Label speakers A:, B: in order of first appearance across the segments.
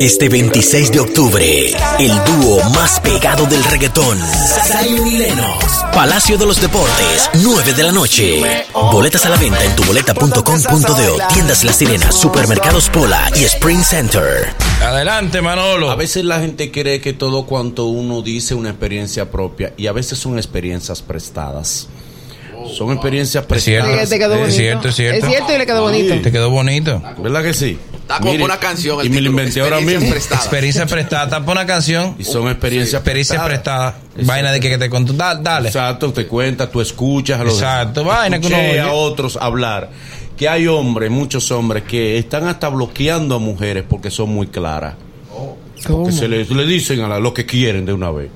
A: Este 26 de octubre, el dúo más pegado del reggaetón, Zion y Lennox, Palacio de los Deportes, 9 de la noche. Boletas a la venta en tuboleta.com.de, tiendas La Sirena, supermercados Pola y Spring Center.
B: Adelante, Manolo.
C: Oh.
D: A veces la gente cree que todo cuanto uno dice es una experiencia propia y a veces son experiencias prestadas.
C: Oh,
D: Son experiencias
B: Es cierto.
D: prestadas.
E: Te quedó
B: Ah, Es
E: bonito.
B: cierto, es cierto.
E: Es cierto y le quedó bonito.
B: Te quedó bonito.
D: Eh, ¿Verdad que sí?
C: Está como
D: Mire,
C: una canción. el
D: Y me lo
C: título,
D: inventé ahora
C: Experiencias
D: mismo.
C: prestadas.
B: Experiencia prestada. Tapa una canción.
D: Y son experiencias
B: Experiencia prestada. Vaina de que, que te contó. Da- dale.
D: Exacto, te cuentas, tú escuchas a los
B: Exacto,
D: demás.
B: vaina que uno
D: Escuché
B: oye.
D: a otros hablar. Que hay hombres, muchos hombres, que están hasta bloqueando a mujeres porque son muy claras.
C: Oh.
E: ¿Cómo?
D: Que se le, le dicen a la- lo que quieren de una vez.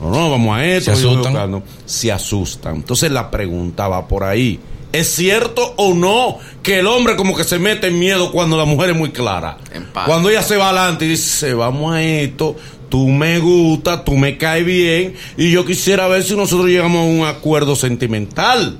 D: No, no, vamos a esto.
B: Se
D: yo voy
B: asustan.
D: buscando. Se asustan. Entonces la pregunta va por ahí. ¿Es cierto o no que el hombre como que se mete en miedo cuando la mujer es muy clara?
C: Empate.
D: Cuando ella se va adelante y dice, vamos a esto, tú me gusta, tú me caes bien y yo quisiera ver si nosotros llegamos a un acuerdo sentimental.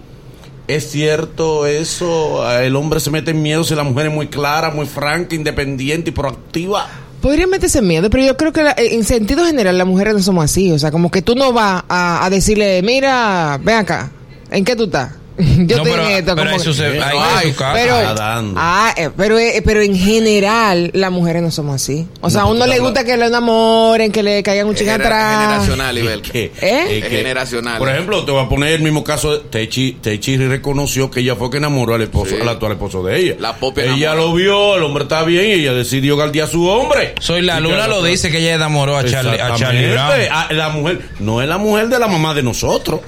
D: ¿Es cierto eso? ¿El hombre se mete en miedo si la mujer es muy clara, muy franca, independiente y proactiva?
E: Podría meterse en miedo, pero yo creo que la- eh, en sentido general las mujeres no somos así. O sea, como que tú no vas a, a decirle, mira, ven acá, ¿en qué tú estás? Yo
B: No,
E: estoy
B: pero-
E: en esto.
B: pero
E: como
B: eso
E: que-
B: se- ahí
D: Ay,
B: en su casa.
E: pero,
D: está dando.
E: ah, eh, pero, eh, pero en general las mujeres no somos así. O sea, a uno le gusta que lo enamoren, que le caigan un
C: Es
E: chico
C: gener-
E: atrás.
C: generacional,
D: Es
C: Ibel.
D: que-
E: ¿Eh?
C: Es generacional.
D: Por ejemplo, te voy a poner el mismo caso de Techi. Techi reconoció que ella fue que enamoró al esposo,
C: Sí.
D: al actual esposo de ella.
C: La popi
D: ella
C: enamorada.
D: lo vio, el hombre está bien y ella decidió galdear a su hombre.
B: Soy la
D: Y
B: luna,
D: que-
B: lo dice que ella enamoró a Charlie, a Charlie
D: Exactamente.
B: Brown.
D: Ah, La mujer, no es la mujer de la mamá de nosotros.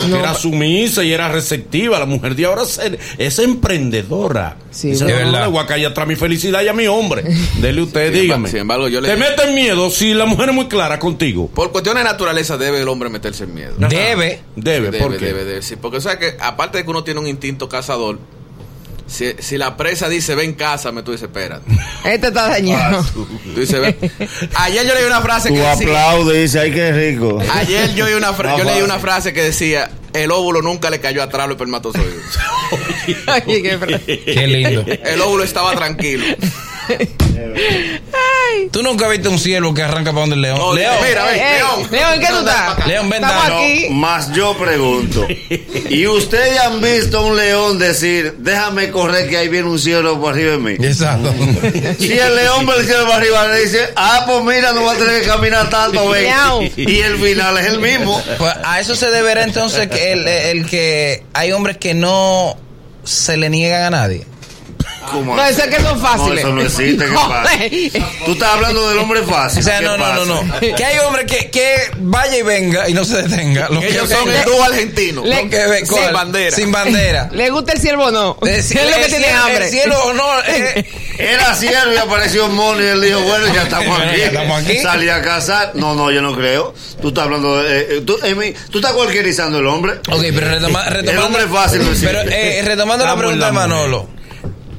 D: que
E: No.
D: Era sumisa y era receptiva. La mujer de ahora se- es emprendedora.
E: Sí,
D: Dice,
E: es
D: "No, no,
B: verdad.
D: le voy a callar atrás mi felicidad y a mi hombre. Dele usted,
C: Sin
D: dígame.
C: embargo- sin embargo, yo le-
D: Te meten miedo si la mujer es muy clara contigo.
C: Por cuestiones de naturaleza debe el hombre meterse en miedo.
B: Debe.
D: Debe,
C: debe,
D: ¿por qué?
C: debe, debe. Sí, porque o sea que aparte de que uno tiene un instinto cazador, si, si la presa dice ven cásame, tú dices espérate.
E: Este está dañado.
B: Ah,
C: Tú dices ven. Ayer yo leí una frase que
F: Tú
C: decía,
F: aplaudes y dices, ay, qué rico.
C: ayer yo, leí una fra- yo
F: Más
C: leí una
F: fácil.
C: frase que decía el óvulo nunca le cayó atrás al espermatozoide.
E: Ay, qué fra-
B: Qué lindo.
C: El óvulo estaba tranquilo.
B: Tú nunca viste un cielo que arranca para donde el león.
C: No,
B: León.
C: mira, ven,
E: Ey, ey,
C: León.
E: León, ¿en qué tú
C: No, dale pa'
E: estás?
C: acá.
B: León, ven,
E: Estamos
B: dale.
E: aquí.
F: Más yo pregunto, ¿y ustedes han visto a un león decir, déjame correr que ahí viene un cielo por arriba de mí?
B: Exacto.
F: Si el león ve el cielo por arriba le dice, ah, pues mira, no va a tener que caminar tanto, ven.
E: Miau.
F: Y el final es el mismo.
B: Pues a eso se deberá entonces que el, el que hay hombres que no se le niegan a nadie.
F: ¿Cómo
E: No,
F: así?
E: eso es que son
F: No,
E: fáciles.
F: eso no existe, ¿qué pasa? Tú estás hablando del hombre fácil.
B: O sea,
F: ¿qué
B: no, no, no,
F: pasa?
B: no. Que hay hombres que, que vaya y venga y no se detenga. Los
C: Ellos
B: que
C: son
B: venga-
C: el dúo argentino.
E: Le-
B: los que ve-
E: sin
B: ¿cuál?
C: bandera.
B: Sin bandera.
E: ¿Le gusta el ciervo o no?
B: El
E: Es lo que tiene
B: cielo-
E: hambre.
B: El cielo o no. eh,
F: Era cierto y apareció Moni y él dijo, bueno, ya estamos
B: Bueno,
F: aquí.
B: ya estamos aquí.
F: Salí a casar. No, no, yo no creo. Tú estás hablando de... eh, tú, Emi, tú estás cualquierizando el hombre.
B: ok, pero retoma- retomando.
F: hombre es fácil, Luis.
B: Pero eh, retomando
D: Estamos
B: la
D: en
B: pregunta
D: la mujer.
B: de Manolo.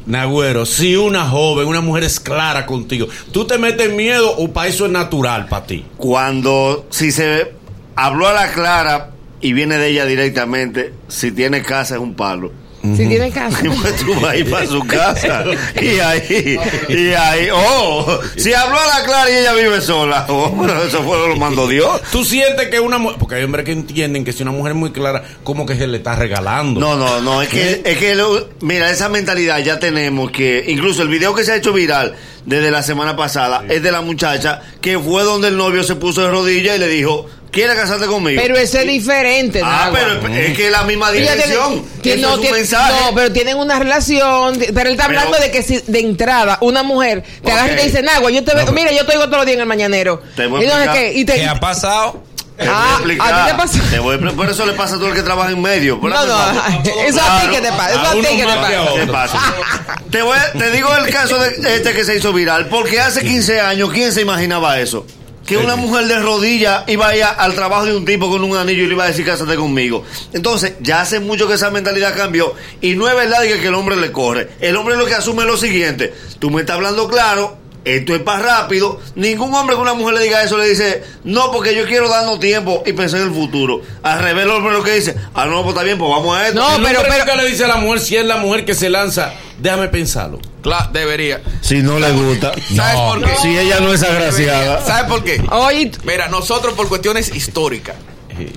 D: Nagüero, si una joven, una mujer es clara contigo, ¿tú te metes en miedo o para eso es natural para ti?
F: Cuando, si se habló a la clara y viene de ella directamente, si tiene casa es un palo.
E: Si tiene casa.
F: Y pues tú vas a ir para su casa. Y ahí, y ahí, oh, si habló a la clara y ella vive sola. Oh, pero eso fue lo que lo mandó Dios.
D: ¿Tú sientes que una mujer, porque hay hombres que entienden que si una mujer es muy clara, como que se le está regalando?
F: No, no, no, es que, es que lo- mira, esa mentalidad ya tenemos que, incluso el video que se ha hecho viral desde la semana pasada es de la muchacha que fue donde el novio se puso de rodillas y le dijo, ¿quieres casarte conmigo?
E: Pero eso es diferente,
F: ah,
E: Nagua.
F: pero es que es la misma
E: Ella tiene-
F: dirección.
E: que
F: Eso
E: no,
F: es un
E: tiene-
F: mensaje.
E: no, pero tienen una relación. Pero él está
F: Pero-
E: hablando de que si de entrada una mujer te
F: Ok.
E: agarra y te dice, Nagua, yo te veo, mira, yo te oigo todos los días en el mañanero.
F: Te voy a
E: y no sé
F: explicar.
E: qué. Y te,
B: ¿Qué ha pasado?
F: Te voy
E: Ah,
F: a
E: ¿a
F: explicar.
E: ti te pasó?
F: Te voy a expli- por eso le pasa a todo el que trabaja en medio. Por
E: no,
F: eso-
E: no, eso a ti
F: Claro.
E: que te pasa. Eso
D: A
E: a ti
D: uno
E: que te
D: más que a
E: pasa.
D: otro.
F: ¿Qué pasa? Te, voy a- te digo el caso de este que se hizo viral, porque hace 15 años, ¿quién se imaginaba eso? Que una mujer de rodillas iba a ir a- al trabajo de un tipo con un anillo y le iba a decir cásate conmigo. Entonces, ya hace mucho que esa mentalidad cambió y no es verdad que el hombre le corre. El hombre lo que asume es lo siguiente, tú me estás hablando claro, esto es para rápido. Ningún hombre que una mujer le diga eso le dice, no, porque yo quiero darnos tiempo y pensar en el futuro. Al revés, el hombre lo que dice, ah, no, pues está bien, pues vamos a esto.
E: No,
D: El
E: pero-
D: hombre
E: pero-
D: nunca le dice a la mujer si es la mujer que se lanza Déjame pensarlo.
C: Cla- debería.
F: Si no le gusta.
C: ¿Sabes por qué?
F: Si ella no es agraciada.
C: ¿Sabes por qué?
E: Oye,
C: Mira, nosotros por cuestiones históricas,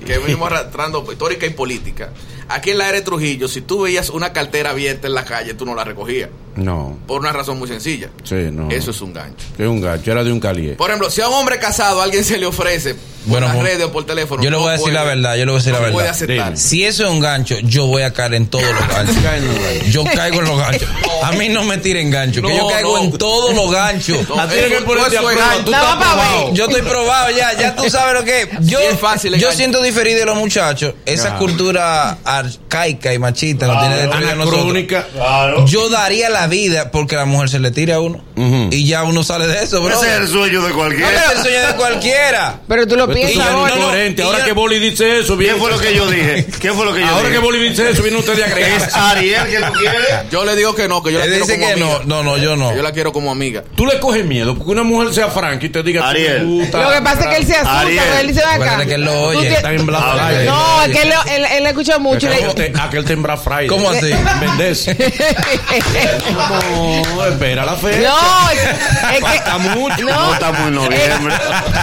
C: que venimos arrastrando pues, histórica y política, aquí en la era de Trujillo, si tú veías una cartera abierta en la calle, tú no la recogías.
D: No.
C: Por una razón muy sencilla.
D: Sí, no.
C: Eso es un gancho.
D: Es Pues, un gancho, era de un calié.
C: Por ejemplo, si a un hombre casado alguien se le ofrece por
B: Bueno,
C: las
B: mo-
C: redes o por teléfono.
B: yo le
C: no
B: voy a decir
C: puede-
B: la verdad, yo le voy a decir
C: no
B: la
C: puede
B: verdad.
C: aceptar.
D: Dime.
B: Si eso es un gancho, yo voy a caer en todos los ganchos.
D: Cae en los ganchos.
B: Yo caigo en los ganchos. A mí no me tiren ganchos, que
C: No,
B: yo caigo
C: no.
B: en todos los ganchos.
C: No,
D: La tienes
C: eso-
D: que poner de
C: eso es
D: acuerdo,
C: gancho.
D: tú
E: La
D: estás
E: va pa' ver.
D: probado.
B: Yo estoy probado ya, ya tú sabes lo que es. Yo,
C: es fácil, es
B: yo
C: gancho.
B: siento diferir de los muchachos. Esa
D: Claro.
B: cultura arcaica y machista no
D: Ah,
B: tiene destruida a nosotros.
D: Anacrónica.
F: Claro.
B: Yo daría la vida porque la mujer se le tira a uno.
D: Ujú.
B: Y ya uno sale de eso, bro.
F: Ese es el sueño de
B: Ese es
F: cualquiera.
B: el sueño de cualquiera.
E: pero tú lo
D: Pero tú
E: piensas
D: eres
E: ahora.
D: incoherente.
B: Y
D: Ahora
B: yo-
D: que Boli dice eso,
F: ¿Qué
D: viene.
F: fue lo que yo dije? ¿Qué fue lo que yo
D: Ahora
F: dije?
D: que Boli dice eso, viene usted de agregar.
F: ¿Es Ariel que tú quieres?
C: Yo le digo que no, que yo la
B: Él
C: quiero
B: dice
C: como
B: que
C: amiga.
B: no, no, no, yo no.
C: Yo la quiero como amiga.
D: Tú le coges miedo porque una mujer sea franca y te diga
F: Ariel.
E: Lo que pasa es que él se asusta,
F: Ariel,
E: pero él dice "Ven acá.
B: Acuérdate que él lo
E: tú
B: oye,
E: te-
B: está en bla-
F: Ah,
B: bla- bla-
E: No, es que él, lo- él, él lo escucha mucho. y le-
D: Aquel tembra Friday.
B: ¿Cómo así?
D: Vendés. No, espera la fe.
E: No, es, es que.
D: Falta mucho.
F: No, estamos en noviembre.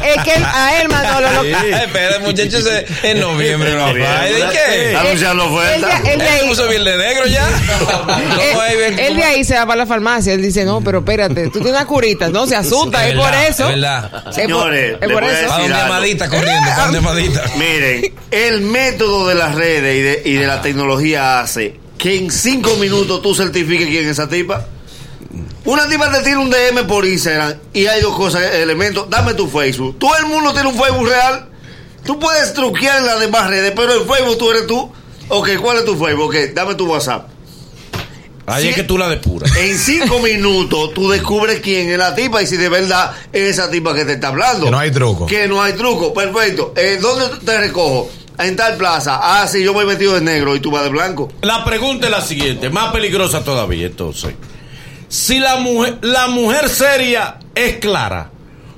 E: Es, es que a él, Manolo, lo,
D: Sí.
B: Espera, el muchacho se, en noviembre no
F: Noviembre.
B: va. ¿Y de qué?
F: Anuncian la
E: él,
F: oferta.
E: de- él de
B: Él se
E: ahí.
B: puso bien de negro ya. ¿Cómo es,
E: Él,
B: Ibel?
E: él de ahí se va para la farmacia. Él dice, no, pero espérate, tú tienes una curita. No, se asusta, es,
B: Es
E: por
B: verdad,
E: eso.
B: es verdad.
E: Es por,
F: Señores,
E: es
F: les
E: por
F: voy a
E: eso.
B: Pa' donde
F: Tirando.
B: amadita corriendo, pa' donde amadita.
F: Miren, el método de las redes y de, y de la tecnología hace que en cinco minutos tú certifiques quién es esa tipa. Una tipa te tira un DM por Instagram y hay dos cosas, elementos. Dame tu Facebook. Todo el mundo tiene un Facebook real. Tú puedes truquear en las demás redes, pero el Facebook tú eres tú. Ok, ¿cuál es tu Facebook? Ok, dame tu WhatsApp.
D: Ahí es
F: Sí.
D: que tú la depuras.
F: En cinco minutos tú descubres quién es la tipa y si de verdad es esa tipa que te está hablando.
B: Que no hay truco.
F: Que no hay truco. Perfecto. Eh, ¿Dónde te recojo? En tal plaza. Ah, sí, yo voy vestido de negro y tú vas de blanco.
D: La pregunta es la siguiente, más peligrosa todavía entonces. Si la mujer, la mujer seria es clara,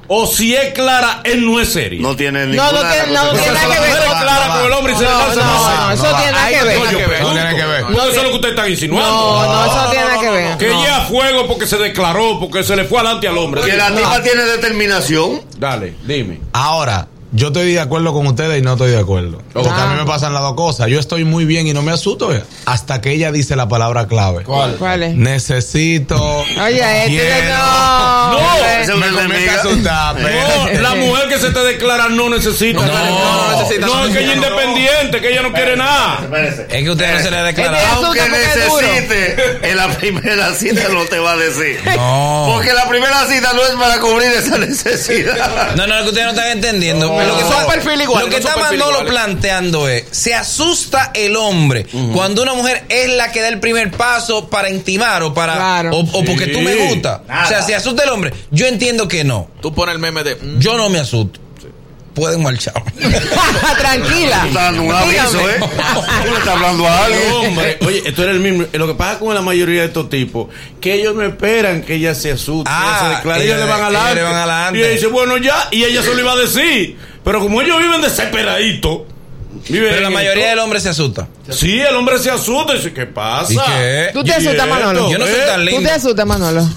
D: o si es clara, él no es seria.
F: No tiene
E: No,
F: ninguna
E: no tiene-
F: relación.
E: no
D: Porque
E: tiene
D: si
E: nada
D: la
E: que
D: mujer
E: ver.
D: es clara
B: No,
D: con el hombre y se le lanza, no,
E: No,
D: sé.
E: eso no tiene nada que ver.
C: no,
D: yo
C: que ver.
D: pregunto.
C: No tiene que ver.
D: No, eso es lo que usted está insinuando.
E: No, no, eso no tiene nada que ver.
D: Que
E: No.
D: ella a fuego porque se declaró, porque se le fue adelante al hombre.
F: Que la tipa tiene determinación.
E: Eh,
D: Dale, dime.
G: Ahora, yo estoy de acuerdo con ustedes y no estoy de acuerdo. Ah. Porque a mí me pasan las dos cosas. Yo estoy muy bien y no me asusto eh, hasta que ella dice la palabra clave.
E: ¿Cuál es?
G: Necesito.
E: Oye, este
G: quiero.
E: no. eh.
D: No,
E: hombre.
F: ese-
G: Me comienza a asustar,
F: Eh,
G: pero-
D: No, la mujer que se te declara no necesita.
B: No, no, no necesita.
D: No, es que ella es
B: No.
D: independiente, que ella no quiere nada.
B: Es que usted no se le ha
E: Este-
B: declarado.
F: Aunque
E: asunto porque es duro.
F: necesite, en la primera cita no te va a decir.
B: No.
F: Porque la primera cita no es para cubrir esa necesidad.
B: No, no, es que ustedes no están entendiendo. lo que,
E: Son
B: está-
E: perfil igual,
B: lo que
C: son
B: está
C: perfil
B: Manolo
C: iguales.
B: planteando es, se asusta el hombre cuando una mujer es la que da el primer paso para intimar o para...
E: Claro.
B: O, o porque tú me
D: Sí.
B: gustas. O sea, se asusta el hombre. Yo entiendo que no.
C: Tú pones el meme de. mm,
B: Yo no me asusto. Pueden marchar.
E: Tranquila.
F: Tú estás dando un aviso,
E: Dígame.
F: ¿eh? Tú le estás hablando a
D: No,
F: alguien.
D: hombre, eh, oye, esto era el mismo. Lo que pasa con la mayoría de estos tipos, que ellos no esperan que ella se asuste,
B: Ah,
D: ella se declare, ellos
B: ellos
D: le van
B: le-
D: adelante.
B: ellos le van adelante.
D: Y ella dice, bueno, ya, y ella se lo iba a decir. Pero como ellos viven desesperaditos, viven
B: Pero la
D: en
B: mayoría del
D: esto,
B: hombre se asusta.
D: Sí, el hombre se asusta y dice, ¿qué pasa?
B: ¿Y qué?
E: Ah, Tú te
D: ¿Y
E: asustas,
D: esto?
E: Manolo.
B: Yo no soy
D: ¿Eh?
B: tan
E: Tú te
B: lindo.
E: asustas, Manolo.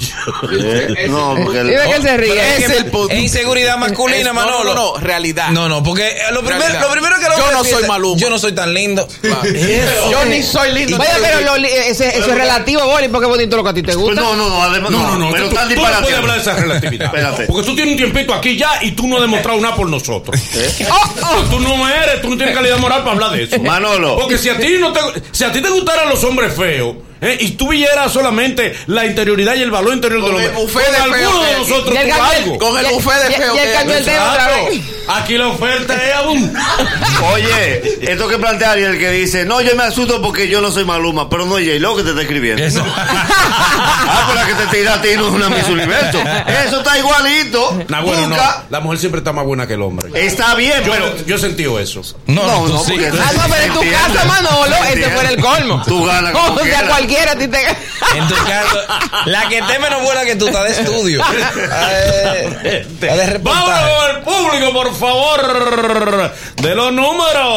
F: No, porque el-
E: Mira que él se ríe.
B: Es el Es inseguridad masculina,
C: es- no,
B: Manolo.
C: No, no, realidad.
B: No, no, porque eh, lo primero,
C: Realidad.
B: lo primero que el
C: Yo
B: hombre
C: no soy
B: piensa,
C: Maluma.
B: Yo no soy tan lindo.
E: Yo ni soy lindo. Vaya, pero lo li- eso, eso es relativo, Boli, porque es bonito lo que a ti te
F: Pues
E: gusta.
F: no, no, no, además,
D: No, no, no.
F: pero
D: tú,
F: están
D: tú no puedes
F: disparateando.
D: hablar de esa relatividad.
F: Espérate.
D: Porque tú tienes un tiempito aquí ya y tú no has demostrado nada por nosotros.
F: ¿Eh?
E: Oh,
D: Tú no eres, tú no tienes calidad moral para hablar de eso.
F: Manolo.
D: Porque si a ti no te, si a ti te gustaran los hombres feos, ¿eh? y tú vieras solamente la interioridad y el valor interior
C: Con
D: del
C: el
D: hombre,
C: buffet de
D: con
C: feos que
D: alguno de
C: hay aquí.
D: nosotros
E: Y el
D: tú
E: gato-
D: algo.
C: Con el
E: Ya-
C: buffet de
E: ya-
C: feo.
E: ya
C: que-
E: cambió el tema. otra
D: Claro.
E: vez.
D: Aquí la oferta es abundante.
F: Oye, esto que plantea Ariel que dice, no, yo me asusto porque yo no soy Maluma, pero no es J-Lo que te está escribiendo. Ah, por la que te tira a ti no es una Miss Universo. Eso está igualito.
D: Nah, bueno, no.
F: Nunca.
D: La mujer siempre está más buena que el hombre.
F: Está bien,
D: Yo,
F: pero...
D: yo he sentido eso.
B: No, no, tú sí.
F: porque-
E: Ah, no, pero en tu
F: Entiendo.
E: casa, Manolo, ese
F: Entiendo.
E: fuera el colmo.
F: Tú ganas como
E: O sea,
F: quieras.
E: cualquiera a ti te
B: En tu caso, la que esté menos buena que tú está de estudio. Eh, está de reportaje.
D: Vámonos al público. público, por favor, de los números.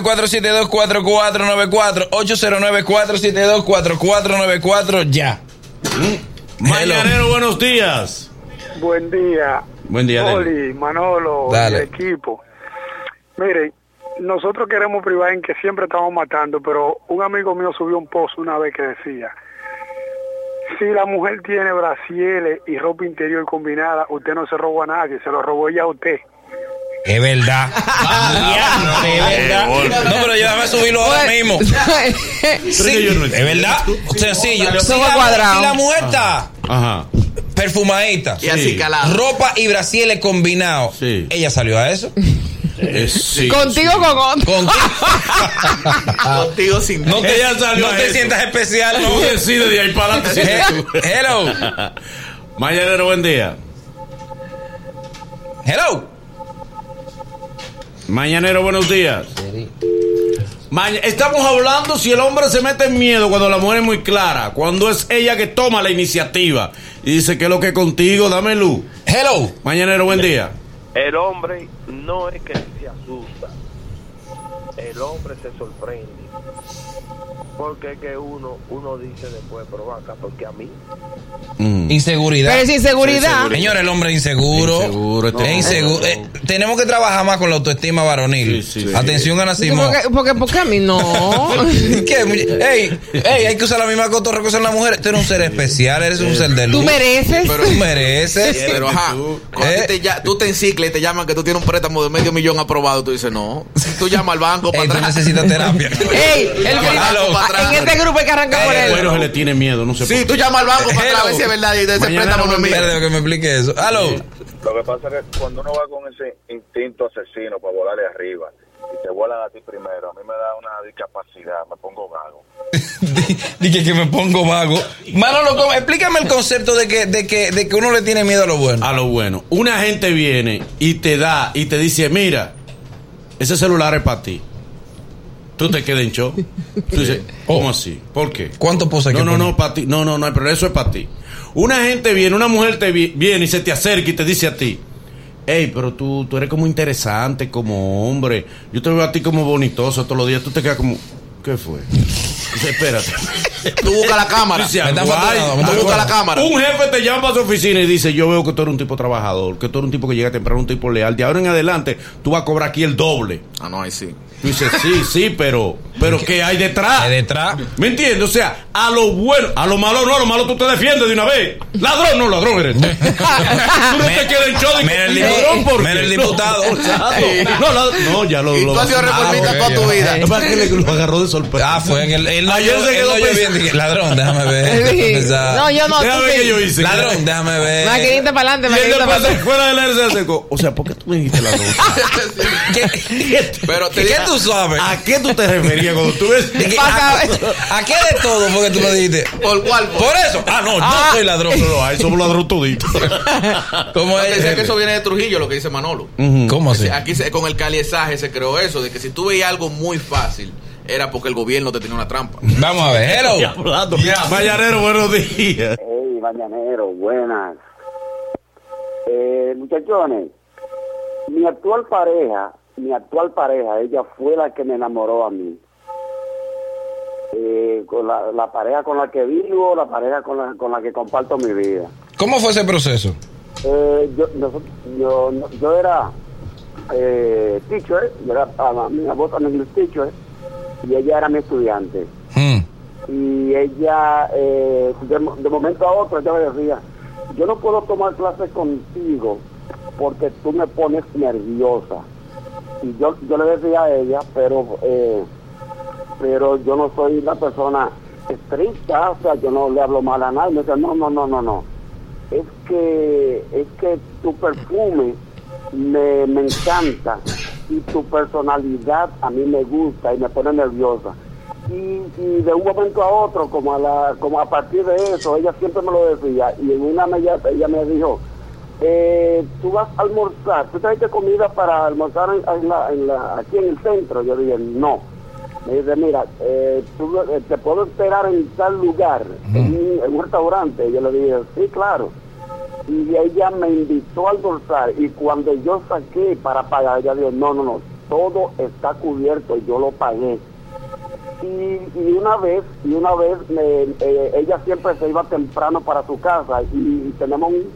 B: 809-472-4494. 809-472-4494. Ya.
D: Mañanero, buenos días.
H: Buen día.
D: Buen día, Dani.
H: Oli, Manolo,
B: Dale.
H: y equipo. Miren, nosotros queremos privar en que siempre estamos matando, pero un amigo mío subió un post una vez que decía, si la mujer tiene brasieles y ropa interior combinada, usted no se robó a nadie, se lo robó ella a usted.
B: Es verdad.
D: Ah,
F: Eh, golpe.
B: No, pero yo a subirlo ahora mismo.
D: Pero que yo no
B: Es verdad. Sencillo.
E: Los
B: Si
E: ojos
B: la-
E: cuadrados.
B: si la mujer
D: Ah.
B: está
D: Ajá.
B: perfumadita,
C: Y así calado.
B: ropa y brasiles combinados,
D: Sí.
B: ella salió a eso.
D: Eh, sí,
E: Contigo,
D: sí.
E: con otro.
B: Contigo.
C: Ah. Contigo sin
B: No te,
D: Ella salió
B: Eh, no
D: a
B: te
D: eso.
B: sientas Eh, especial.
D: Tú
B: No.
D: decides de ahí para adelante.
B: Hello.
D: Mañanero, buen día.
B: Hello.
D: Mañanero, buenos días. Maña- Estamos hablando si el hombre se mete en miedo cuando la mujer es muy clara, cuando es ella que toma la iniciativa y dice que lo que es contigo, dame luz.
B: Hello.
D: Mañanero, buen día.
I: El hombre no es que se asusta, el hombre se sorprende. Porque es que uno, uno dice después, pero vaca, porque a mí.
B: Inseguridad.
E: Pero sin seguridad.
B: Señor, el hombre es inseguro.
D: Inseguro, este
B: Es insegu- eh, tenemos que trabajar más con la autoestima varonil.
D: Sí, sí, sí.
B: Atención, Ana Simón.
E: Porque, porque, porque a mí no.
B: ¿Qué? Ey, ey, hay que usar la misma cotorra que usan las mujeres. Tú eres un ser especial, eres un ser de luz.
E: Tú mereces.
B: Pero tú mereces.
C: Pero ajá,
D: Tú,
C: cuando
B: eh.
C: te, ya- tú te enciclas y te llaman que tú tienes un préstamo de medio millón aprobado, tú dices no. Tú llamas al banco para
B: Ey, tú
C: atrás.
B: necesitas terapia.
E: Ey, el que-
C: Aló.
E: en este grupo hay que arrancar por él.
D: Bueno, se le tiene miedo, no sé
C: Sí,
D: por
C: tú
D: qué.
C: llamas al banco para atrás a ver si es verdad y ese
D: Mañana
C: préstamo no es mío.
B: Espérate que me explique eso. Aló.
I: Lo que pasa es que cuando uno va con ese instinto asesino para volarle arriba y te vuelan a ti primero, a mí me da una discapacidad, me pongo vago.
B: Dije que me pongo vago. Manolo, ¿cómo? explícame el concepto de que, de, que, de que uno le tiene miedo a lo bueno.
D: A lo bueno, una gente viene y te da y te dice, mira, ese celular es para ti. Tú te quedas en shock. Tú dices, ¿cómo así? ¿Por qué?
B: Oh. ¿Cuánto pose hay
D: No,
B: que
D: no,
B: poner?
D: no, para ti. No, no, no, pero eso es para ti. Una gente viene, una mujer te vi- viene y se te acerca y te dice a ti, hey, pero tú, tú eres como interesante, como hombre. Yo te veo a ti como bonitoso todos los días. Tú te quedas como, ¿qué fue? Dice, Espérate.
C: Tú buscas la cámara.
D: Dice,
B: Me están
D: "Guay".
B: facturando, me
C: están
D: Tú buscas
C: facturando.
D: Un jefe te llama a su oficina y dice, yo veo que tú eres un tipo trabajador, que tú eres un tipo que llega temprano, un tipo leal. De ahora en adelante, tú vas a cobrar aquí el doble.
C: Ah, no, ahí sí.
D: Tú dices, sí, sí, pero, pero ¿qué hay detrás?
B: De detrás.
D: ¿Me entiendes? O sea, a lo bueno, a lo malo no, a lo malo tú te defiendes de una vez. Ladrón, no, ladrón eres. tú no te quedas en show de
B: Mira el
D: que-
B: diputado,
D: ladrón porque.
B: mira el
D: no,
B: diputado.
D: exacto. No, lad- no, ya lo.
C: Y
D: lo
C: tú has sido reformista
B: ok,
C: toda tu
B: ya.
C: vida.
D: Es para que le- lo agarró de sorpresa.
B: Ah, fue en el. él no
D: Ayer
B: oyó-
D: se
B: él
D: quedó
B: no oyó bien.
D: pensando.
B: Dije, Ladrón, déjame ver. déjame
E: Sí.
B: pensar.
E: No, yo no.
D: Déjame
E: tú
D: ver
E: sí.
D: que yo hice.
B: Ladrón, déjame ver.
E: Maquinita para adelante,
D: Y él
E: maquinita para
D: después se
E: atrás.
D: fuera del aire se acercó. O sea, ¿por qué tú me dijiste ladrón?
B: ¿Qué,
C: Pero te
B: ¿Qué
C: digo-
B: tú sabes?
E: Ah,
D: ¿A qué tú te referías cuando tú ves?
B: ¿De qué-
E: Pasa-
B: a, a qué de todo? Porque tú lo dijiste.
C: ¿Por cuál?
B: Por eso. Ah, no,
E: Ah.
B: yo soy ladrón.
D: No, ahí somos ladrón todito.
B: ¿Cómo es?
C: Pensé que eso viene de Trujillo, lo que dice Manolo.
B: Mm. ¿Cómo así?
C: Sí, Aquí se- con el caliesaje se creó eso, de que si tú veías algo muy fácil, era porque el gobierno te tenía una trampa.
B: Vamos a ver. Hello.
D: Hablando. Mañanero, buenos días.
J: Hey, mañanero, buenas. Eh, muchachones, mi actual pareja, mi actual pareja, ella fue la que me enamoró a mí. Eh, con la, la pareja con la que vivo, la pareja con la, con la que comparto mi vida.
B: ¿Cómo fue ese proceso?
J: Eh, yo, nosotros- yo, no- yo era eh, teacher, yo era, ah, mi abuela era English teacher, ¿eh? y ella era mi estudiante
B: Hmm.
J: y ella eh, de, mo- de momento a otro ella me decía yo no puedo tomar clases contigo porque tú me pones nerviosa y yo yo le decía a ella pero eh, pero yo no soy una persona estricta o sea yo no le hablo mal a nadie me decía no no no no no es que es que tu perfume me, me encanta y tu personalidad a mí me gusta y me pone nerviosa y, y de un momento a otro como a la como a partir de eso ella siempre me lo decía y en una me- ella, ella me dijo eh, tú vas a almorzar tú trajiste comida para almorzar en- en la- en la- aquí en el centro yo dije no me dice, mira, eh, tú, eh, te puedo esperar en tal lugar, en, un- en un restaurante. Y yo le dije, sí, claro. y ella me invitó al dorsal y cuando yo saqué para pagar, ella dijo, no, no, no, todo está cubierto, yo lo pagué. Y, y una vez, y una vez me- eh, ella siempre se iba temprano para su casa y, tenemos un,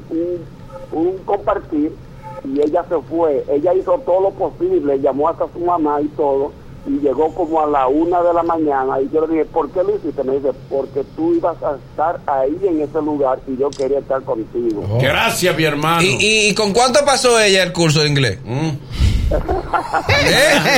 J: un- un compartir y ella se fue, ella hizo todo lo posible, llamó hasta su mamá y todo y llegó como a la una de la mañana y yo le dije, ¿por qué lo hiciste? Me dice, porque tú ibas a estar ahí en ese lugar y yo quería estar contigo.
D: Oh. Gracias, mi hermano. Eh,
B: ¿Y, y, y con cuánto pasó ella el curso de inglés?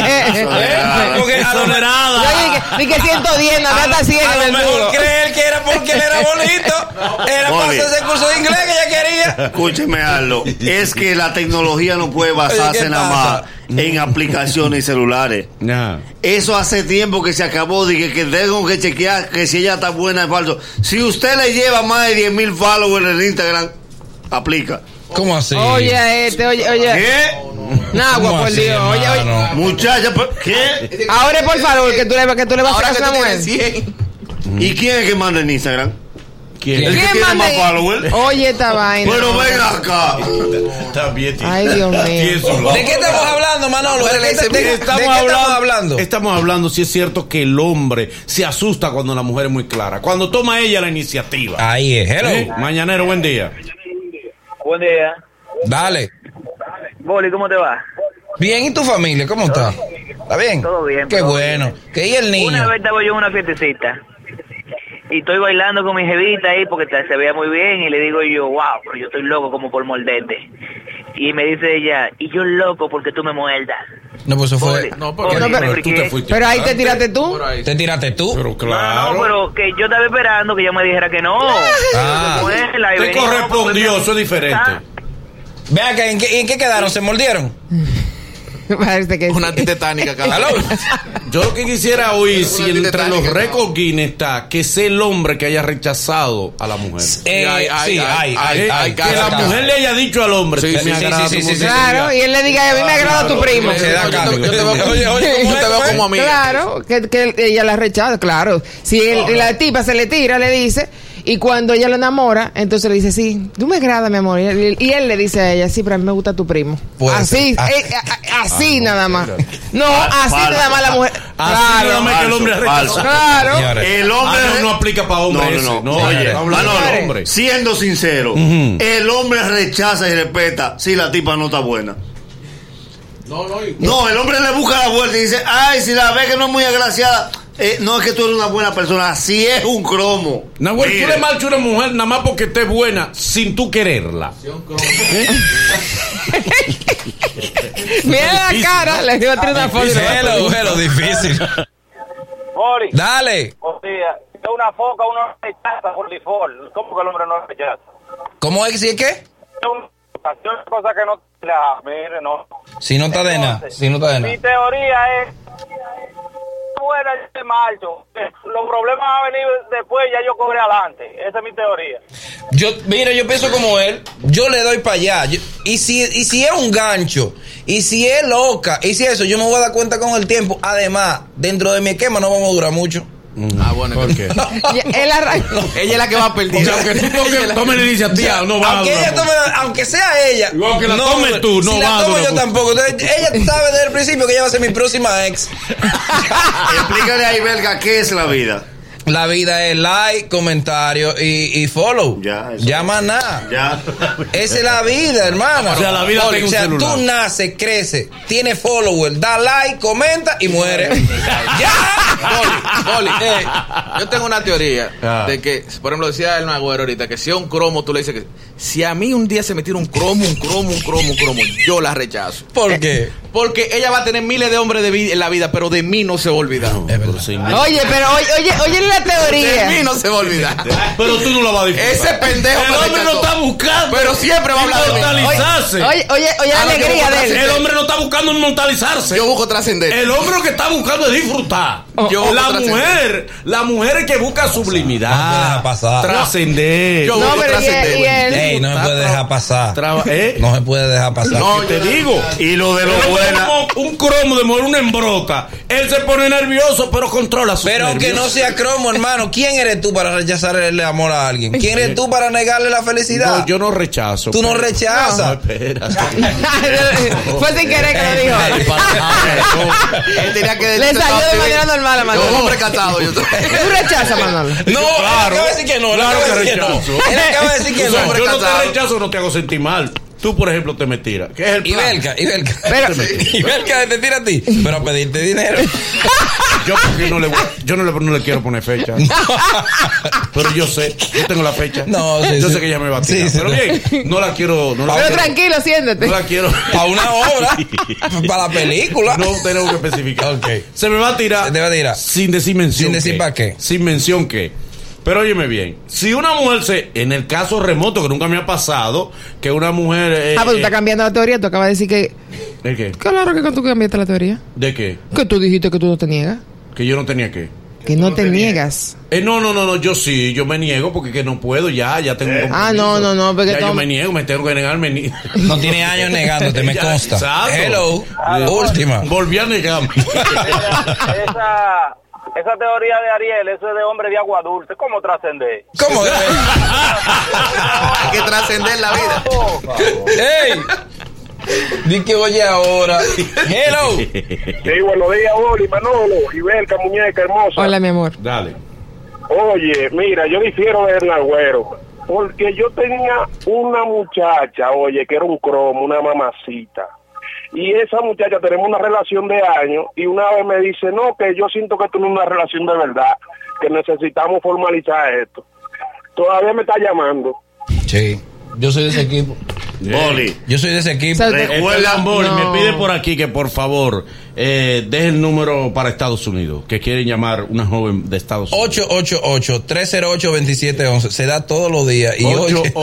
B: Porque a lo
E: Yo dije, dije 110, no
B: a,
E: hasta 100
B: a
E: en
B: lo
E: el
B: mejor
E: duro.
B: creer que era porque él era bonito. Era para
F: Bobby.
B: hacer ese curso de inglés que ella quería.
F: Escúcheme algo. Es que la tecnología no puede
B: Oye, ¿qué
F: basarse nada más
B: pasa?
F: en aplicaciones y celulares.
D: Nah.
F: Eso hace tiempo que se acabó. Dije que tengo que chequear que si ella está buena es falso. Si usted le lleva más de 10 mil followers en Instagram, aplica.
B: ¿Cómo así?
E: Oye, este, oye, oye.
F: ¿Qué?
E: No,
G: ¿Cómo
E: agua, por
G: así,
E: Dios. Oye, oye.
G: hermano?
F: Muchacha, pero- ¿qué?
E: Ahora, por favor, que tú le, que tú le vas
C: Ahora
E: a
C: que
E: sacar a
C: tú
E: una mujer.
C: tienes 100.
F: ¿Y quién es el que manda en Instagram?
D: ¿Quién?
F: El que tiene más followers.
E: Oye, esta vaina.
F: Pero ven acá.
D: Está bien, tío.
E: Ay, Dios mío.
D: Tiene su lado.
B: ¿De qué estamos hablando, Manolo? ¿De, qué- de- de- de qué
D: Estamos
B: estamos
D: hablando,
B: hablando?
D: estamos hablando si es cierto que el hombre se asusta cuando la mujer es muy clara, cuando toma ella la iniciativa.
B: Ahí es, hello.
D: ¿Eh? Mañanero, buen día.
I: Buen día.
B: Dale.
I: Boli, ¿cómo te va?
B: Bien, ¿y tu familia? ¿Cómo está? ¿Está bien?
I: Todo bien,
B: Qué
I: todo
B: bueno. ¿Qué y el niño?
I: Una vez estaba yo en una fiestecita y estoy bailando con mi jevita ahí porque te- se veía muy bien y le digo yo, wow, pero yo estoy loco como por morderte. Y me dice ella, y yo loco porque tú me muerdas.
B: No, pues eso fue.
C: No,
I: Oye,
C: pero,
E: No, pero-
D: Tú te fuiste.
E: Pero ahí te tiraste tú.
C: Por ahí.
B: Te tiraste tú.
D: Pero claro.
I: No, pero que yo estaba esperando que ella me dijera que no.
B: Ah.
I: Que muérdela y
D: Te
I: venía,
D: correspondió,
I: no,
D: eso es diferente.
I: Ah.
B: Ve acá, ¿en qué, en qué quedaron? ¿Se mordieron?
E: Parece que sí.
C: Una antitetánica cada
B: ¿Aló?
D: Yo lo que quisiera oír si
C: Una
D: entre los
C: titánica,
D: récords Guinness está que es el hombre que haya rechazado a la mujer.
B: Eh,
C: ay, ay,
B: sí,
C: ay,
B: ay, ay,
C: ay,
B: ay,
C: ay,
D: Eh, Que la
C: Cada
B: caso.
D: mujer le haya dicho al hombre.
C: Sí,
D: "Me
C: sí, sí,
D: agrada
B: sí,
D: tu
B: sí, sí, sí.
D: mujer".
E: Claro, y él le diga, a mí me agrada tu primo.
B: Se da
C: Yo te-
B: cambio.
C: yo te veo como-
B: Oye, oye,
C: yo te veo
B: ¿cómo es?
C: como amiga.
E: Claro, que, que ella la rechaza, claro. Si él- la tipa se le tira, le dice, y cuando ella lo enamora, entonces le dice, sí, tú me agrada, mi amor. Y él, y él le dice a ella, sí, pero a mí me gusta tu primo.
B: Puede ser.
E: así,
B: Ah.
E: eh, a- a- así nada más. No,
C: Ah,
E: así
F: falso.
E: nada más la mujer.
D: Así nada
E: Claro,
D: más que el
F: Falso,
D: hombre
F: falso.
D: rechazó.
E: claro.
B: Señores.
F: El hombre.
D: Ah, no, no aplica para hombre. ese.
F: No, no, no.
D: señores,
F: Oye,
D: habla de
F: Manolo,
D: hombre.
F: siendo sincero, el hombre rechaza y respeta si la tipa no está buena.
C: No, no, y-
F: No, el hombre le busca la vuelta y dice, ay, si la ve que no es muy agraciada, eh, no es que tú eres una buena persona, así es un cromo.
D: Nahuel,
F: Mire,
D: tú le marchas a una mujer nada más porque esté buena, sin tú quererla.
E: Mira la cara, le dio a
C: Ah,
E: tirar una foto.
C: ¿eh?
B: Hello, hello, difícil.
I: Boli,
B: Dale.
I: o sea, es una foca, uno no rechaza por default. ¿Cómo que el hombre no rechaza?
B: ¿Cómo es? ¿Si es qué?
I: Es una cosa que no... La, mire, no.
B: Si no está de nada. Si no está de
I: Mi
B: nada.
I: teoría es fuera este macho. Los problemas van a venir después, ya yo cobré adelante. Esa es mi teoría.
B: Yo, mira, yo pienso como él. Yo le doy para allá. Yo- y, si, y si es un gancho, y si es loca, y si eso, yo me voy a dar cuenta con el tiempo. Además, dentro de mi esquema no vamos a durar mucho.
C: Ah, bueno, entonces-
E: Y él arranca.
C: Ella es la que va a perder.
D: Aunque tú porque tome la iniciativa, ah, no va a
B: aunque, ella
D: durar
B: tome la- aunque sea ella.
D: Igual que la tomes tú, no va
B: si la
D: a
B: tomo
D: durar
B: yo
D: mucho.
B: tampoco. Entonces, ella sabe desde el principio que ella va a ser mi próxima ex.
F: Explícale ahí, belga, ¿qué es la vida?
B: La vida es like, comentario y, y follow.
F: Ya, eso.
B: ya más nada.
F: Ya.
B: Esa es la vida, hermano.
D: O sea, la vida
B: Oye,
D: tengo
B: o
D: un
B: sea,
D: celular.
B: tú naces, creces, tienes followers, da like, comenta y muere. ya.
C: Boli, eh, yo tengo una teoría
D: Ah.
C: de que, por ejemplo, decía el Nagüero ahorita que si es un cromo, tú le dices que si a mí un día se me tira un cromo, un cromo, un cromo, un cromo, yo la rechazo.
B: ¿Por qué?
C: Porque ella va a tener miles de hombres de vi- en la vida, pero de mí no se va a olvidar.
D: Pero sí.
E: Oye, pero oye, oye, oye la
C: De mí
E: teoría.
C: no se va a olvidar.
D: Pero tú no la vas a disfrutar.
C: Ese pendejo
D: El
C: me
D: hombre no
C: rechazó.
D: está buscando.
C: Pero siempre va a hablar de mí.
D: inmortalizarse.
E: Oye, oye, oye la
C: Ah, no, que
E: alegría
C: vos
E: de él.
C: estás-
D: El hombre no está buscando inmortalizarse.
C: Yo busco trascender.
D: El hombre lo que está buscando es disfrutar.
C: Yo
D: la
C: busco
D: mujer, la mujer es que busca
B: No te
D: sublimidad,
B: deja pasar.
D: trascender.
C: Yo
E: No,
C: busco
E: pero y él- y
C: trascender.
E: él.
B: Ey, no me puede dejar pasar.
D: Eh, Traba- ¿eh?
B: No se puede dejar pasar.
C: No,
D: te
C: yo-
D: digo.
F: Y lo de lo
D: Pero
F: bueno. morena.
D: cromo, un cromo de mujer, una embrota. Él se pone nervioso, pero controla su
B: Pero que no sea cromo, hermano. ¿Quién eres tú para rechazar el amor a alguien? ¿Quién eres tú para negarle la felicidad?
D: eh. No, yo no rechazo.
B: Tú no
D: pero-
B: rechazas.
D: No, espérate.
E: Fue sin querer que lo dijo.
C: Él tenía que
E: Le salió de manera normal a
C: Yo
E: Manolo.
C: hombre catado, yo
E: Tú rechazas, Manolo.
B: No,
D: Claro,
B: él acaba de decir que no. él
D: claro
B: acaba de
D: que
B: decir no.
D: rechazo.
B: Él acaba de decir que
D: O sea,
B: no.
D: yo no
C: casado.
D: te rechazo, no te hago sentir mal. Tú, por ejemplo, te me tiras. ¿Qué es el
B: Y
D: plan?
B: Belka, y Belka.
E: Pero-
B: Y Belka te tira a ti. Pero a pedirte dinero.
D: Yo, porque no le, voy- yo no, le, no le quiero poner fecha. Pero yo sé, yo tengo la fecha.
B: No, sí,
D: yo
B: sí.
D: sé que ella me va a tirar.
B: Sí, sí,
D: pero
B: no.
D: bien, no la quiero. No la
E: Pero
D: quiero,
E: tranquilo, siéntate.
D: No la quiero.
B: Para una obra. Para la película.
D: No tenemos que especificar.
B: Ok.
D: Se me va a tirar.
B: Se te va a tirar.
D: Sin decir mención.
B: Sin decir
D: que.
B: pa' qué.
D: Sin mención que. Pero óyeme bien, si una mujer se, en el caso remoto que nunca me ha pasado, que una mujer... eh,
E: Ah, pero tú
D: eh,
E: estás cambiando la teoría. Tú acabas de decir que.
D: ¿De qué?
E: Claro que tú cambiaste la teoría.
D: ¿De qué?
E: Que tú dijiste que tú no te niegas.
D: Que yo no tenía que.
E: Que no te niegas.
D: Eh, no, no, no, no, yo sí, yo me niego porque que no puedo, ya, ya tengo un
E: Ah, no, no, no, porque
D: Ya
E: todo-
D: yo me niego, me tengo que negar, me ni-
B: No tiene años negándote, me
D: Ya,
B: consta.
D: exacto.
B: Hello.
D: Ah,
B: Última.
D: Volví a negarme.
J: esa, esa teoría de Ariel, eso es de hombre de agua dulce. ¿Cómo trascender?
B: ¿Cómo?
C: Hay que trascender la vida.
B: ¡Ey! Di que oye ahora. ¡Hello!
H: Sí, buenos días, Oli, Manolo, y Belka, muñeca hermosa.
E: Hola, mi amor.
D: Dale.
H: Oye, mira, yo difiero de Nagüero, porque yo tenía una muchacha, oye, que era un cromo, una mamacita. Y esa muchacha tenemos una relación de años y una vez me dice, no, que yo siento que tenemos una relación de verdad, que necesitamos formalizar esto. Todavía me está llamando.
B: Sí. Yo soy de ese equipo.
F: Boli.
B: Yo soy de ese equipo.
E: O sea, te-
D: Recuerda, Bol,
E: No.
D: Este me pide por aquí que por favor eh, deje el número para Estados Unidos, que quieren llamar una joven de Estados Unidos.
B: 888-308-2711. Se da todos los días. Y oye-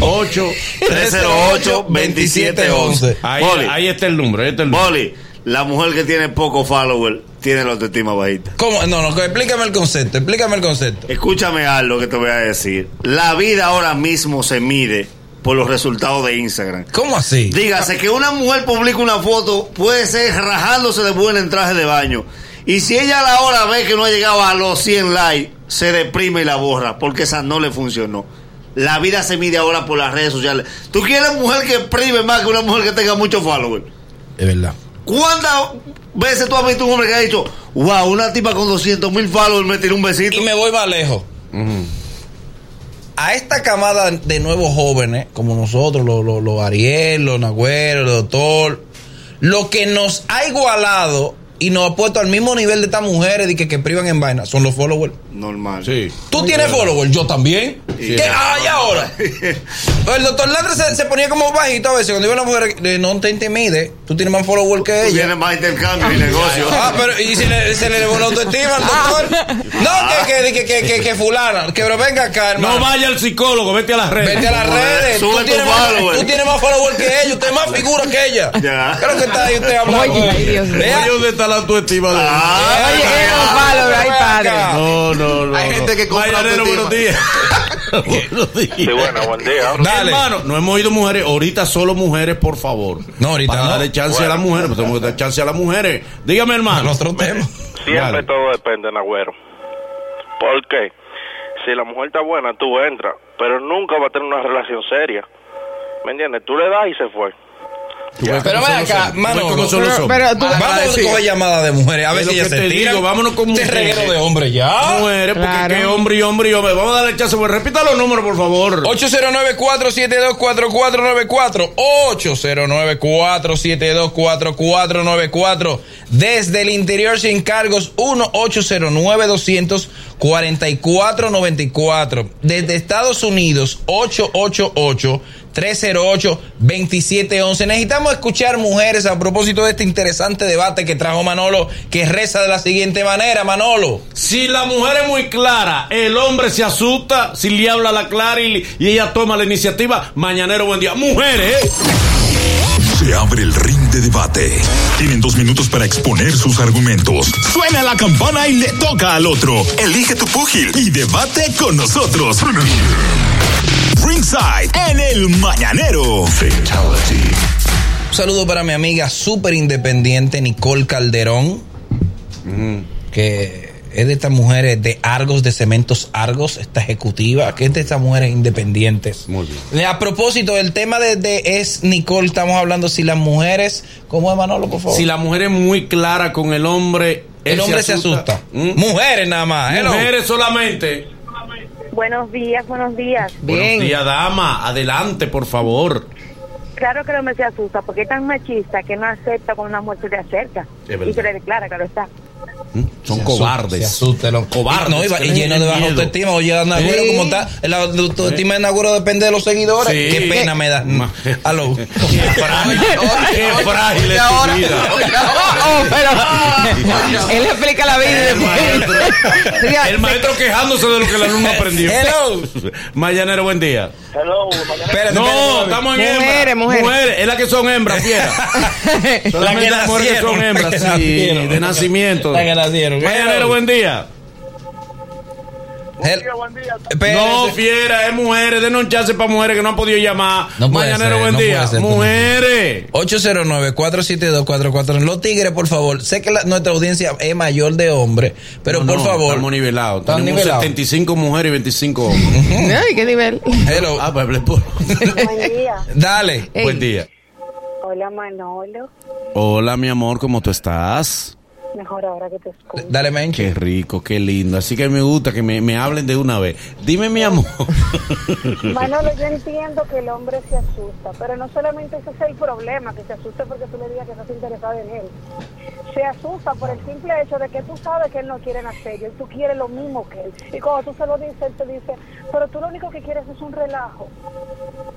D: 888.
B: 308-2711.
D: Ahí,
F: Boli.
D: ahí está el número, ahí está el número.
F: Boli, la mujer que tiene poco follower tiene la autoestima bajita.
B: ¿Cómo? No, no, explícame el concepto. Explícame el concepto.
F: Escúchame algo que te voy a decir. La vida ahora mismo se mide por los resultados de Instagram.
B: ¿Cómo así?
F: Dígase que una mujer publica una foto, puede ser rajándose de buena en traje de baño. Y si ella a la hora ve que no ha llegado a los 100 likes, se deprime y la borra, porque esa no le funcionó. La vida se mide ahora por las redes sociales. ¿Tú quieres mujer que prime más que una mujer que tenga muchos followers?
B: Es verdad.
F: ¿Cuántas veces tú has visto un hombre que ha dicho, wow, una tipa con 200 mil followers me tiró un besito?
B: Y me voy más lejos. A esta camada de nuevos jóvenes, como nosotros, los los los Ariel, los Nagüero, el doctor, lo que nos ha igualado y nos ha puesto al mismo nivel de estas mujeres de que, que privan en vaina son los followers.
F: Normal.
D: Sí.
B: Tú tienes followers, yo también.
D: Sí.
B: ¿Qué? Ah, y ahora. El doctor Landre se, se ponía como bajito a veces cuando iba a la mujer, eh, no te intimides, tú tienes más followers que ella.
F: Tiene más intercambio y negocio.
B: Ah, pero y se le, se le elevó la autoestima al doctor.
E: Ah.
B: No, que, que, que, que, que, que fulana. Que pero venga acá, hermano.
D: No vaya al psicólogo, vete a las redes.
B: Vete a las redes.
F: Sube
B: tú,
F: tu
B: tienes más,
F: follower.
B: tú tienes más followers que ella. Usted es más figura que ella.
F: Ya.
B: Creo que está ahí usted hablando.
E: Oye, ay, Dios mío.
B: Vea,
D: Oye, ¿dónde está la autoestima? de-
F: Ah,
E: Oye,
F: ya.
E: que los followers, ay, padre.
B: Acá.
D: No, no, no.
C: Hay
D: no.
C: gente que compra
D: Mayanero,
C: autoestima.
D: buenos días. buenos días.
J: bueno, buen día.
B: Dale.
D: Hermano, no hemos oído mujeres, ahorita solo mujeres, por favor.
B: No, ahorita
D: Para
B: no.
D: darle chance a las mujeres, pues tenemos que dar chance a las mujeres. Dígame, hermano.
B: Otro tema.
J: Siempre
D: Dale.
J: todo depende, Nagüero. ¿Por qué? Si la mujer está buena, tú entras, pero nunca va a tener una relación seria. ¿Me entiendes? Tú le das y se fue.
D: Tú ves
B: Pero
D: cómo
B: ven
D: son los
B: acá,
D: hombres. Tú ves
B: Manolo,
D: cómo son los
E: Pero,
D: hombres.
E: pero tú.
B: Vamos a coger llamadas de mujeres. A ver
D: Es lo
B: si ellas
D: que
B: se
D: te
B: tiran.
D: digo, vámonos con
B: Este
D: mujeres.
B: reguero de hombre ya.
D: Ah, mujeres,
E: Claro.
D: porque qué hombre y hombre y hombre. Vamos a darle chance, pues repita los números, por favor.
B: 809-472-4494. 809-472-4494. Desde el interior sin cargos, 1-809-200-4494. Desde Estados Unidos, 888. 308-2711. Necesitamos escuchar mujeres a propósito de este interesante debate que trajo Manolo, que reza de la siguiente manera, Manolo.
D: Si la mujer es muy clara, el hombre se asusta, si le habla la clara y, y ella toma la iniciativa, mañanero buen día. Mujeres, ¿eh?
K: Se abre el ring de debate. Tienen dos minutos para exponer sus argumentos. Suena la campana y le toca al otro. Elige tu púgil y debate con nosotros. Ringside en el mañanero.
B: O saludo para mi amiga súper independiente Nicole Calderón, que es de estas mujeres de Argos, de Cementos Argos, esta ejecutiva, que es de estas mujeres independientes. Muy bien. A propósito, el tema de, de- es Nicole, estamos hablando si las mujeres, ¿cómo es Manolo, por favor?
D: Si la mujer es muy clara con el hombre,
B: El
D: él
B: hombre se asusta.
D: ¿Mm?
B: Mujeres nada más. hello.
D: Mujeres solamente.
L: Buenos días, buenos días.
D: Buenos días, dama. Adelante, por favor.
L: Claro que no me se asusta, porque es tan machista que no acepta cuando una mujer se le acerca
D: Es verdad.
L: y se le declara, claro está.
D: Son cobardes.
B: Se asusta, los
D: cobardes.
B: No, y, va- y
D: Tienen
B: lleno de baja
D: miedo.
B: autoestima. Oye, Nagüero,
D: Sí.
B: como está. La autoestima de Nagüero depende de los seguidores.
D: Sí.
B: Qué pena me da. Aló.
D: Qué frágil es tu vida.
E: Oh, pero él le explica la vida y después. Diga,
D: El maestro quejándose de lo que el alumno aprendió.
B: eh, Hello.
D: Mayanero, buen día.
B: Espérate,
D: No,
B: espérate.
D: estamos en
E: Mujeres,
D: hembra.
E: mujeres.
D: Es la que son hembras, fiera.
B: La que
D: Solamente las mujeres que
B: nacieron.
D: son
B: La
D: hembras,
B: que
D: sí,
B: nacieron.
D: de nacimiento.
B: La que nacieron.
D: Mayanero,
B: Hello.
D: buen día.
B: Hel- Espérate.
D: No, fiera, es mujeres. Denos chance para mujeres que no han podido llamar.
B: No puede
D: Mayanero,
B: ser,
D: buen
B: no
D: día.
B: puede ser.
D: mujeres.
B: 809-472-449. Los tigres, por favor. Sé que la- nuestra audiencia es mayor de hombres, pero
D: No,
B: por
D: no,
B: favor.
D: Estamos nivelados.
B: Están
D: Tenemos
B: nivelados.
D: 75 mujeres y 25 hombres.
E: Ay, qué nivel.
B: Hello.
D: Ah, pues, pues, pues.
L: Buen día.
B: Dale.
E: Ey.
D: Buen día.
L: Hola Manolo.
D: Hola, mi amor, ¿cómo tú estás?
L: Mejor ahora que te escucho.
B: Pues, Dale, men.
D: Qué rico, qué lindo. Así que me gusta que me, me hablen de una vez. Dime, mi amor.
L: Manolo, yo entiendo que el hombre se asusta, pero no solamente ese es el problema, que se asusta porque tú le digas que estás interesado en él. Se asusta por el simple hecho de que tú sabes que él no quiere nacer y tú quieres lo mismo que él. Y cuando tú se lo dices, él te dice, pero tú lo único que quieres es un relajo.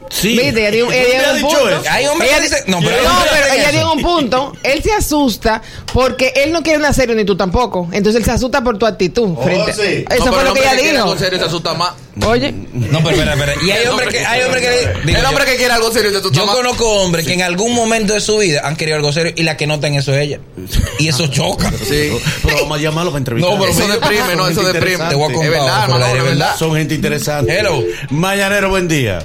D: Sí.
E: Viste, ella dio, ella
D: ¿Quién
E: dio
D: me ha
E: un
D: dicho
E: punto.
D: eso?
B: Hay hombres que
E: Ella-
B: dicen-
E: No,
B: no, pero
E: pero,
B: hay hombres que dicen
E: ella
B: eso.
E: dio un punto. Él se asusta porque él no quiere una serie ni tú tampoco. Entonces él se asusta por tu actitud. frente-
F: sí.
C: No, pero el
E: Eso fue lo que
C: hombre
E: ella
C: quiere
E: dijo.
C: algo serio se asusta más.
E: Oye,
B: No, pero espera, espera. Y hay hombres que. Hay hombres que digo
C: el
B: yo,
C: hombre que quiere algo serio se asusta
B: Yo
C: más.
B: conozco hombres que en algún momento de su vida han querido algo serio y la que notan eso es ella. Y eso choca.
C: Sí.
D: Pero vamos a llamarlo para entrevistar.
C: No, pero eso
D: Son
C: deprime, no,
D: gente
C: eso deprime.
D: interesante.
B: Te voy a contar
C: Es verdad,
B: ahora por el
C: Manolo,
B: aire,
C: es verdad.
D: Son gente interesante.
B: Hello.
D: Mañanero, buen día.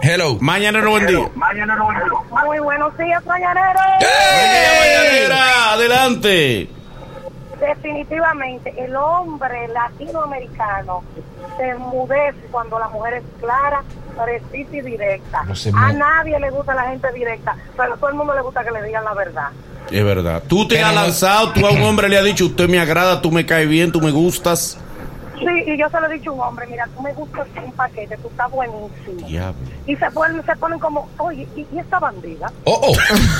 B: Hello.
D: Mañanero, buen día.
L: Ah, Muy buenos días, mañanero.
D: ¡Ey! Mañanera, adelante.
L: Definitivamente, el hombre latinoamericano se enmudece cuando la mujer es clara, precisa y directa.
B: No se
L: a
J: Ah,
B: mu-
L: nadie le gusta la gente directa, pero a todo el mundo le gusta que le digan la verdad.
D: Es verdad. Tú te
B: Pero
D: has
B: no-
D: lanzado, tú a un hombre le has dicho, usted me agrada, tú me caes bien, tú me gustas.
L: Sí, y yo se lo he dicho a un hombre, mira, tú me gustas un paquete, tú estás buenísimo.
D: Diablo.
L: Y se ponen, se ponen como, oye, ¿y, y esta bandida?
B: Oh, oh.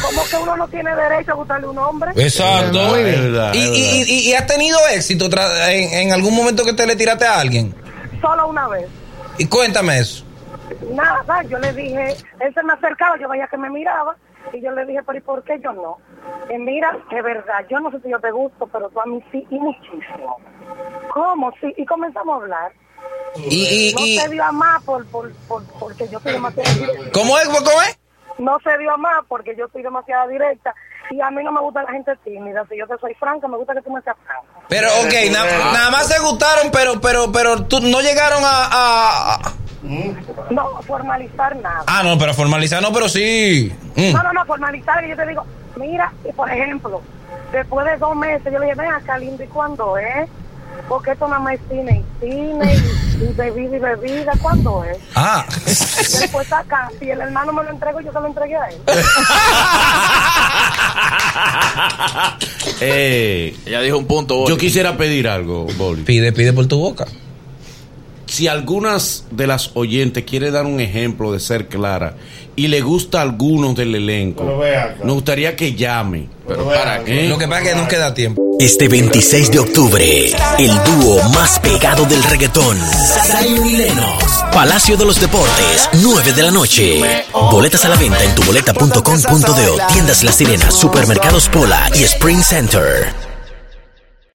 L: Como que uno no tiene derecho a gustarle a un hombre.
D: Pues,
B: Exacto.
D: Muy bien. Es verdad,
B: Y,
D: es
B: y-
D: Ah, verdad.
B: y- y has tenido éxito tra- en, en algún momento que te le tiraste a alguien.
L: Solo una vez.
B: Y cuéntame eso.
L: Nada, yo le dije, él se me acercaba, yo veía que me miraba y yo le dije, pero ¿y por qué yo no? Y mira, de verdad, yo no sé si yo te gusto, pero tú a mí sí y muchísimo. ¿Cómo? Sí, y comenzamos a hablar.
B: Y, y-
L: no
B: y-
L: se dio a más por, por, por- porque yo soy demasiado
B: ¿Cómo es? ¿Cómo es?
L: No se dio a más porque yo soy demasiado directa y a mí no me gusta la gente tímida. Si yo te soy franca, me gusta que tú me seas franca.
B: Pero, ok, na- nada más se gustaron, pero, pero, pero tú no llegaron a, a- a-
L: No, formalizar nada.
B: Ah, no, pero formalizar no, pero sí. Mm.
L: No, no, no, formalizar. Y yo te digo, mira, y por ejemplo, después de dos meses, yo le dije, ven acá, lindo, ¿y cuándo es? Porque esto nada más es cine y cine y, y bebida y bebida, ¿cuándo es?
B: Ah.
L: Después está acá, si el hermano me lo entrego, yo se lo entregué a él.
D: Eh,
C: Ella dijo un punto, Boli.
D: yo quisiera pedir algo, Boli.
B: Pide, pide por tu boca.
D: Si algunas de las oyentes quiere dar un ejemplo de ser clara y le gusta a algunos del elenco,
F: Pero ve acá.
D: nos gustaría que llame.
C: Pero para qué.
D: ¿eh?
B: Lo que pasa es que no queda tiempo.
A: Este 26 de octubre, el dúo más pegado del reggaetón. Zion y Lennox. Palacio de los Deportes, 9 de la noche. Boletas a la venta en tuboleta.com.de, tiendas La Sirena, supermercados Pola y Spring Center.